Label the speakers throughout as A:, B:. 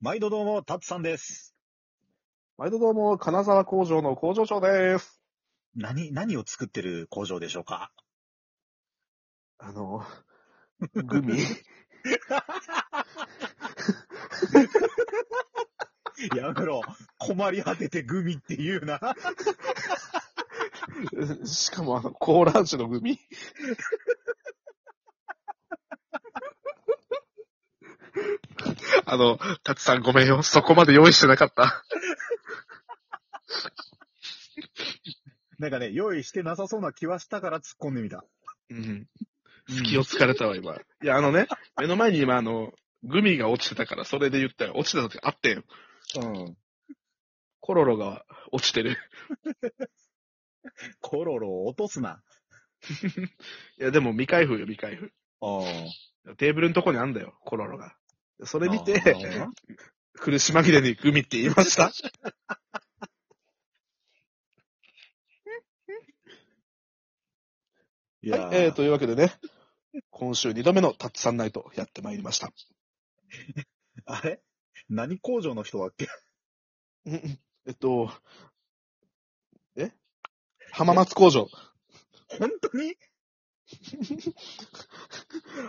A: 毎度どうも、タツさんです。
B: 毎度どうも、金沢工場の工場長です。
A: 何、何を作ってる工場でしょうか
B: あ の、グミ
A: やめろ、困り果ててグミって言うな。
B: しかもあの、コーラ味のグミあの、たつさんごめんよ。そこまで用意してなかった。
A: なんかね、用意してなさそうな気はしたから突っ込んでみた。
B: うん。
A: うん
B: 気をつかれたわ、今。いや、あのね、目の前に今あの、グミが落ちてたから、それで言ったよ。落ちてたってあってん。
A: うん。
B: コロロが落ちてる。
A: コロロを落とすな。
B: いや、でも未開封よ、未開封。
A: あ
B: テーブルのとこにあんだよ、コロロが。そ
A: こ
B: れ見て、苦し紛れにグミって言いました。
A: い
B: はい
A: や、、
B: えー、というわけでね、今週2度目のタッツさんナイトやってまいりました。
A: あれ何工場の人だっけ
B: うんうん えっと、え浜松工場。
A: 本当に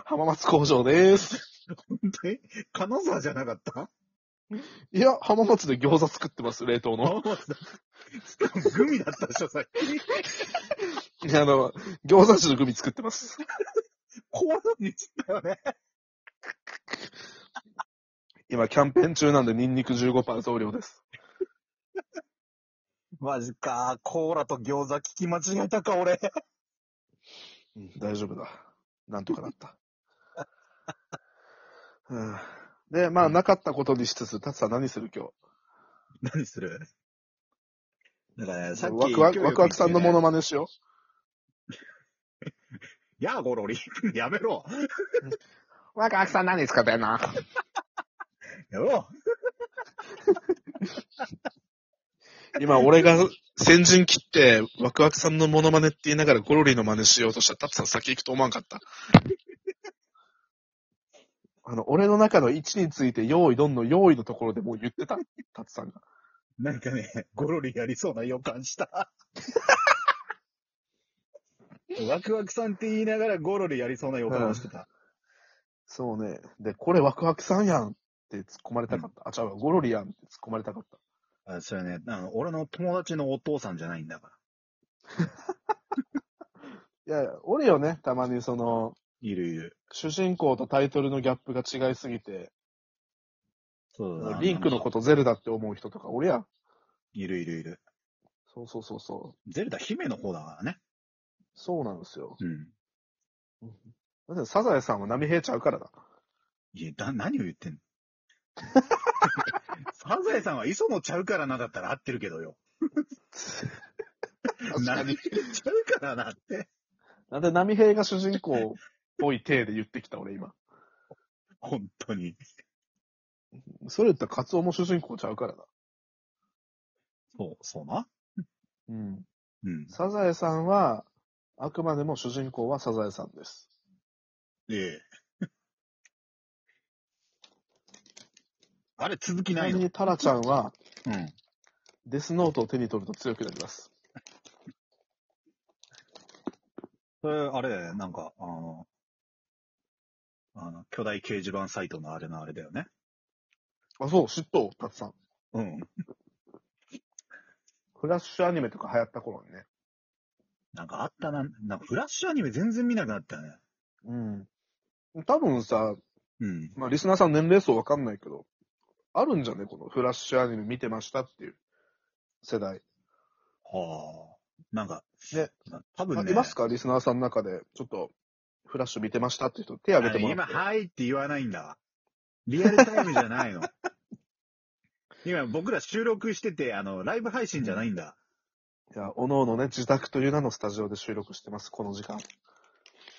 B: 浜松工場です。
A: 本当に金沢じゃなかった
B: いや、浜松で餃子作ってます、冷凍の。
A: 浜松だ。しかもグミだったでしょ、さっき。
B: いやあの、餃子味のグミ作ってます。
A: 怖いにしたよね。
B: 今、キャンペーン中なんでニンニク15%増量です。
A: マジか、コーラと餃子聞き間違えたか、俺。
B: うん、大丈夫だ。なんとかなった。 うんで、まあ、なかったことにしつつ、タツさん何する今
A: 何するだからね、
B: 日
A: さっ。き。
B: ワクワク、ワクワクさんのモ
A: も。
B: ノマネしよ
A: やあ、ゴロリ。 やめろ。
B: う。ワクワクさん何使ってんの
A: やめろ。
B: 今、俺が先陣切って、ワクワクさんのモノマネって言いながらゴロリの真似しようとしたら、タツさん先行くと思わんかった。あの、俺の中の位置について、用意どんの用意のところでもう言ってた、タツさんが。
A: なんかね、ゴロリやりそうな予感した。ワクワクさんって言いながらゴロリやりそうな予感をしてた。
B: そうね。で、これワクワクさんやんって突っ込まれたかった。あ、ちゃうわ、ゴロリやんって突っ込まれたかった。
A: あそれねあの、俺の友達のお父さんじゃないんだから。
B: いや、おるよね、たまにその、
A: いるいる。
B: 主人公とタイトルのギャップが違いすぎて、
A: そうだな
B: リンクのことゼルダって思う人とかおるやん。
A: いるいるいる。
B: そうそうそうそう。
A: ゼルダ姫の方だからね。
B: そうなんですよ。
A: うん。
B: だってサザエさんは波平ちゃうから だ。
A: いや、だ、何を言ってんのサザエさんは磯野ちゃうからなだったら合ってるけどよ。 何言っちゃうからなって。
B: なんで波平が主人公っぽい体で言ってきた俺今。
A: 本当に。
B: それ言ったらカツオも主人公ちゃうからだ。
A: そう、そうな。
B: うん。
A: うん。
B: サザエさんは、あくまでも主人公はサザエさんです。
A: ええ。あれ、続き
B: ち
A: な
B: ないみ
A: の
B: にタラちゃんは、
A: うん。
B: デスノートを手に取ると強くなります。
A: それ、あれだよね、なんか、あの、あの、巨大掲示板サイトのあれのあれだよね。
B: あ、そう、嫉妬、たくさん。
A: うん。
B: フラッシュアニメとか流行った頃にね。
A: なんかあったな、なんかフラッシュアニメ全然見なくなったよね。
B: うん。多分さ、
A: うん。
B: まあ、リスナーさん年齢層わかんないけど、あるんじゃねこのフラッシュアニメ見てましたっていう世代。
A: はあ。なんか、
B: ね
A: な、多
B: あ
A: 分ね、
B: いますかリスナーさんの中で、ちょっと、フラッシュ見てましたって人、手挙げてもら
A: 今、
B: って。
A: はいって言わないんだわ。リアルタイムじゃないの。 今、僕ら収録してて、あの、ライブ配信じゃないんだ。
B: いや、おのおのね、自宅という名のスタジオで収録してます、この時間。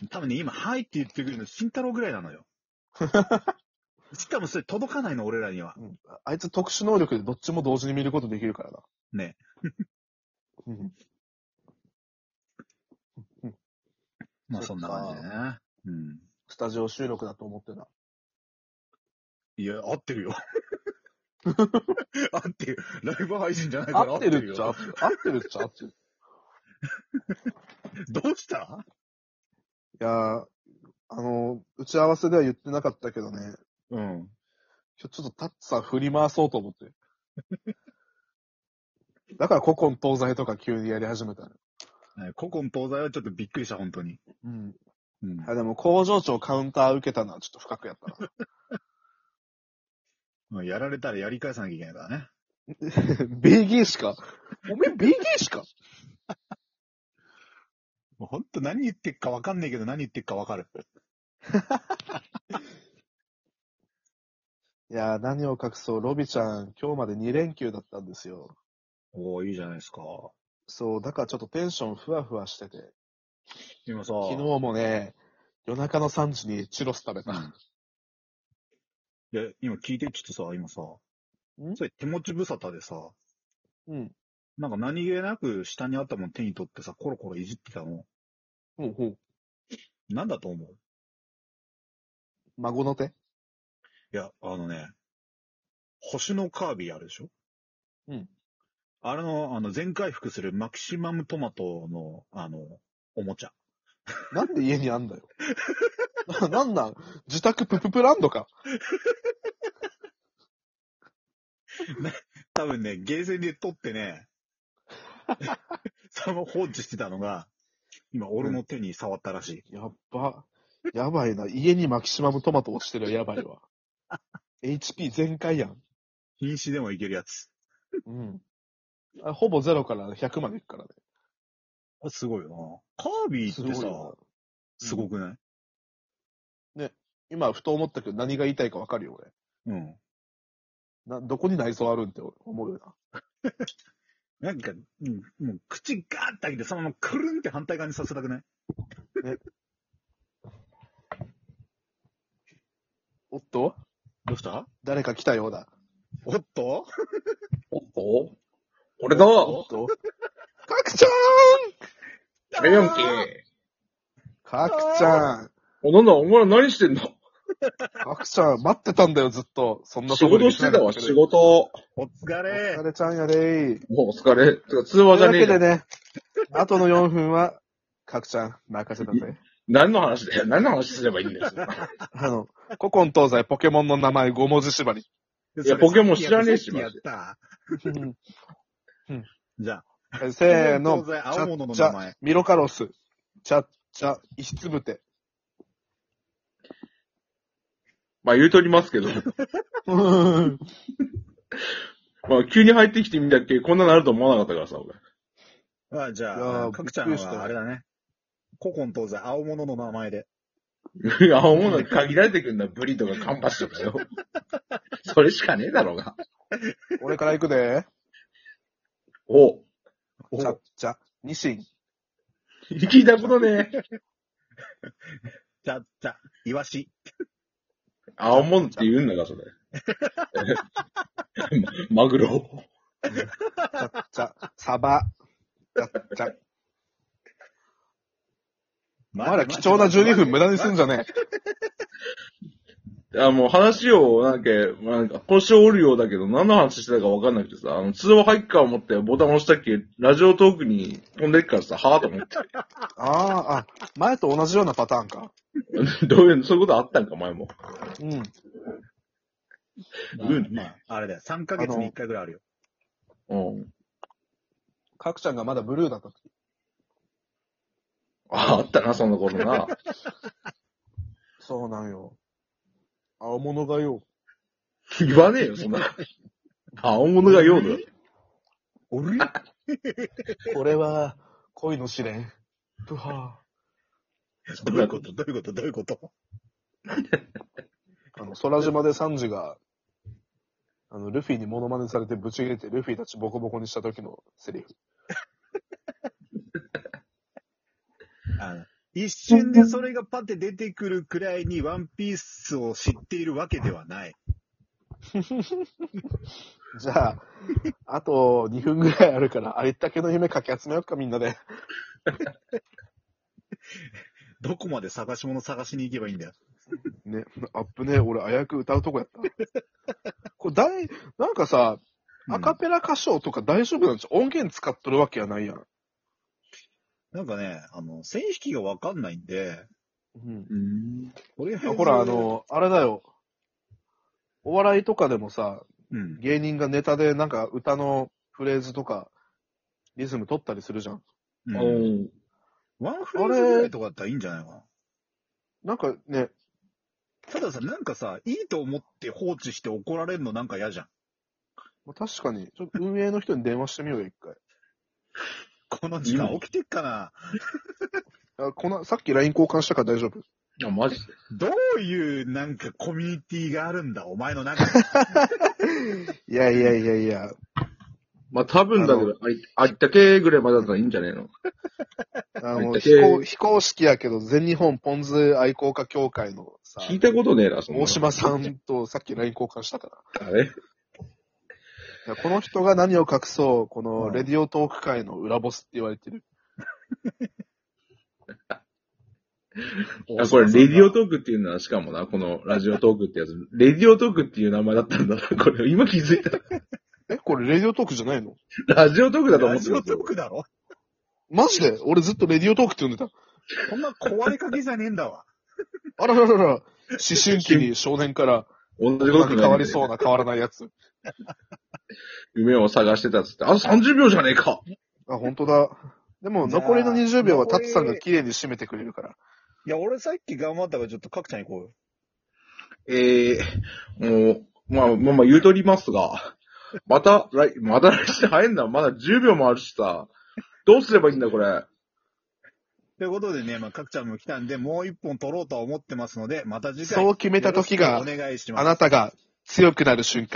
A: 多分ね、今、はいって言ってくるの、慎太郎ぐらいなのよ。 しかもそれ届かないの、俺らには。
B: うんあいつ特殊能力でどっちも同時に見ることできるからな。
A: ね。
B: うん
A: まあ、そんな感じだね。うん。
B: スタジオ収録だと思ってた。
A: いや、合ってるよ。あってる。ライブ配信じゃないから
B: 合ってるっちゃ合
A: よ
B: ってる。合ってるっちゃ合ってる。
A: どうした
B: いやー、あの、打ち合わせでは言ってなかったけどね、
A: うん。
B: 今日ちょっとタッツさん振り回そうと思って。 だから古今東西とか急にやり始めたの。
A: ね古今東西はちょっとびっくりした、本当に。
B: うん。
A: うん。
B: あ、でも工場長カウンター受けたのはちょっと深くやったな。
A: まあやられたらやり返さなきゃいけないからね。
B: ベーゲーしか。おめえベーゲーしか
A: もう本当何言ってっかわかんないけど何言ってっかわかる。
B: いやー、何を隠そう、ロビちゃん、今日まで2連休だったんですよ。
A: おーいいじゃないですか。
B: そう、だからちょっとテンションふわふわしてて。
A: 今さ、
B: 昨日もね、夜中の3時にチュロス食べ
A: う
B: た。
A: ん いや、今聞いて、ちょっとさ、今さ、
B: ん
A: それ手持ち無沙汰でさ、
B: うん。
A: なんか何気なく下にあったもん手に取ってさ、コロコロいじってたの。
B: ほうほう。
A: なんだと思う
B: 孫の手
A: いや、あのね、星のカービィあるでしょ
B: うん。
A: あれの、あの、全回復するマキシマムトマトの、あの、おもちゃ。
B: なんで家にあんだよ。 ななんなん自宅プププランドか。
A: 多分ね、ゲーセンで取ってね、その放置してたのが、今俺の手に触ったらしい。
B: やっば。やばいな。家にマキシマムトマト落ちてるよ。やばいわ。HP 全開やん。
A: 瀕死でもいけるやつ。
B: うん。あほぼ0から100までいくからね。
A: あすごいよな。カービィってさ、
B: よ
A: すごくない、
B: 今、ふと思ったけど何が言いたいかわかるよ、
A: うん。
B: 俺。な、どこに内臓あるんって思うよな。
A: なんか、うんもう口ガーッて開けて、そのままくるんって反対側にさせたくない
B: おっと
A: どうした
B: 誰か来たようだ。
A: おっと
C: おっと俺だ
B: おっ
C: わ
B: とかくちゃ
C: あれやんけ。
B: ーんかくちゃん
C: お、なんだ、お前ら何してんの
B: かくちゃん待ってたんだよ、ずっと。そんな
C: 仕事してたわ、仕
B: 事。
C: 事。
A: お疲
B: お
A: れ
B: 疲れちゃんやでー。
C: もうお疲れ。てか通話じゃねえ
B: というわけで
C: よ。
B: ね、あとの4分は、かくちゃん、任せたぜ。
C: 何の話だよ。何の話すればいいんだよ。
B: あの、古今東西ポケモンの名前5文字縛り。
C: いやポケモン知らねえし
A: やった。じゃあ、
B: えせーの、
A: 東西青物の
B: ちゃ
A: 名前。
B: ミロカロス、チャッチャ、石つぶて。
C: まあ言うとりますけど。
B: うん
C: まあ急に入ってきてみたっけ、こんなのあると思わなかったからさ、俺。
A: あじ
B: いや
A: ゃ
B: ー
A: あ、かくちゃ
B: び
A: ん
B: っくりした
A: はあれだね。古今東西、青物の名前で。
C: いや、思うのに限られてくんだ。ブリとかカンパチとかよ。 それしかねえだろうが。
B: 俺から行くで。
C: お
B: チャッチャ、ニシン、
C: 聞いたことねえ。
A: じゃ、じゃ、イワシ。
C: 青もんって言うんだ か、それ。マグロ。
B: チャッチャ、サバ、チャッチ ャ。お
A: ま
B: 前ら貴重な12分無駄にすんじゃ ねえ。
C: あ、もう話を、なんか、なんか、腰折るようだけど、何の話してたか分かんなくてさ、あの、通話入っか思ってボタン押したっけ、ラジオトークに飛んでっからさ、はぁと思って。
B: ああ、あ、前と同じようなパターンか。
C: どういう、そういうことあったんか、前も。
B: うん。
A: まあ
C: うん
A: まあ、あれだよ。3ヶ月に1回ぐらいあるよ。
C: うん。
B: かくちゃんがまだブルーだった時。
C: あ、あったな、そんなことな。
B: そうなんよ。青物がよ。
C: 言わねえよ、そんな。青物が用だ。
A: おるよ
B: これは、恋の試練。ぷは
A: どういうことどういうことどういうこと
B: ーあの、空島でサンジが、あの、ルフィにモノマネされてぶち切れて、ルフィたちボコボコにした時のセリフ。
A: あの一瞬でそれがパって出てくるくらいにワンピースを知っているわけではない。
B: じゃあ、あと2分ぐらいあるから、ありったけの夢かき集めようか、みんなで。
A: どこまで探し物探しに行けばいいんだよ。
B: ね、アップね、俺、危うく歌うとこやった。これ、誰、なんかさ、
A: うん
B: アカペラ歌唱とか大丈夫なんですよ。音源使っとるわけやないやん。
A: なんかね、あの、線引きがわかんないんで、
B: うん。
C: うん。
A: とりあえず
B: ほら、あ、の、あれだよ。お笑いとかでもさ、
A: うん。
B: 芸人がネタでなんか歌のフレーズとか、リズム取ったりするじゃん。
A: うん
C: お
A: ワンフレーズぐらいとかだったらいいんじゃないかな。
B: なんかね、
A: たださ、なんかさ、いいと思って放置して怒られるのなんか嫌じゃん。
B: まあ確かに、ちょっと運営の人に電話してみようよ、一回。
A: この時間起きてっかな。
B: あこの、さっき LINE 交換したから大丈夫。
C: あ、マジで。
A: どういうなんかコミュニティがあるんだ、お前の中に。
B: いやいやいやいや。
C: まあ、多分だけど、あいあいったけぐらいまでだったらいいんじゃねえの
B: あの、
C: だって
B: 非公、非公式やけど、全日本ポン酢愛好家協会のさ、
C: 聞いたことねえな、そんなの
B: 大島さんとさっき LINE 交換したから。
C: あれ
B: いやこの人が何を隠そう、こ
A: う
B: の
A: ん
B: レディオトーク界の裏ボスって言われてる。
C: あ、これ、レディオトークっていうのは、しかもな、このラジオトークってやつ、レディオトークっていう名前だったんだな、これ、今気づいた。
B: え、これレディオトークじゃないの
C: ラジオトークだと思
A: ラ
C: って
A: ジ
C: た
A: オトークだろ
B: マジで俺ずっとレディオトークって呼んでた。
A: こんな壊れかけじゃねえんだ わ。
B: あららららら、思春期に少年から
C: 同じ
B: 大
C: こと
B: 人
C: に
B: に変わりそうな
C: な。
B: 変わらないやつ。
C: 夢を探してたっつって、あ、30秒じゃねえか
B: あ、本当だ。でも
A: じゃあ
B: 残りの20秒はタ
A: 残り
B: ツさんが綺麗に締めてくれるから。
A: いや、俺さっき頑張ったからちょっと角ちゃん行こうよ。
C: ええもう、まあ、まあ、まあ、言うとりますが、また、来、また来週早いんだ。まだ10秒もあるしさ、どうすればいいんだ、これ。
A: ということでね、まあ、角ちゃんも来たんで、もう一本取ろうとは思ってますので、また次回。
B: そう決めた時が
A: よろしくお願いします
B: あ。なたが強くなる瞬間です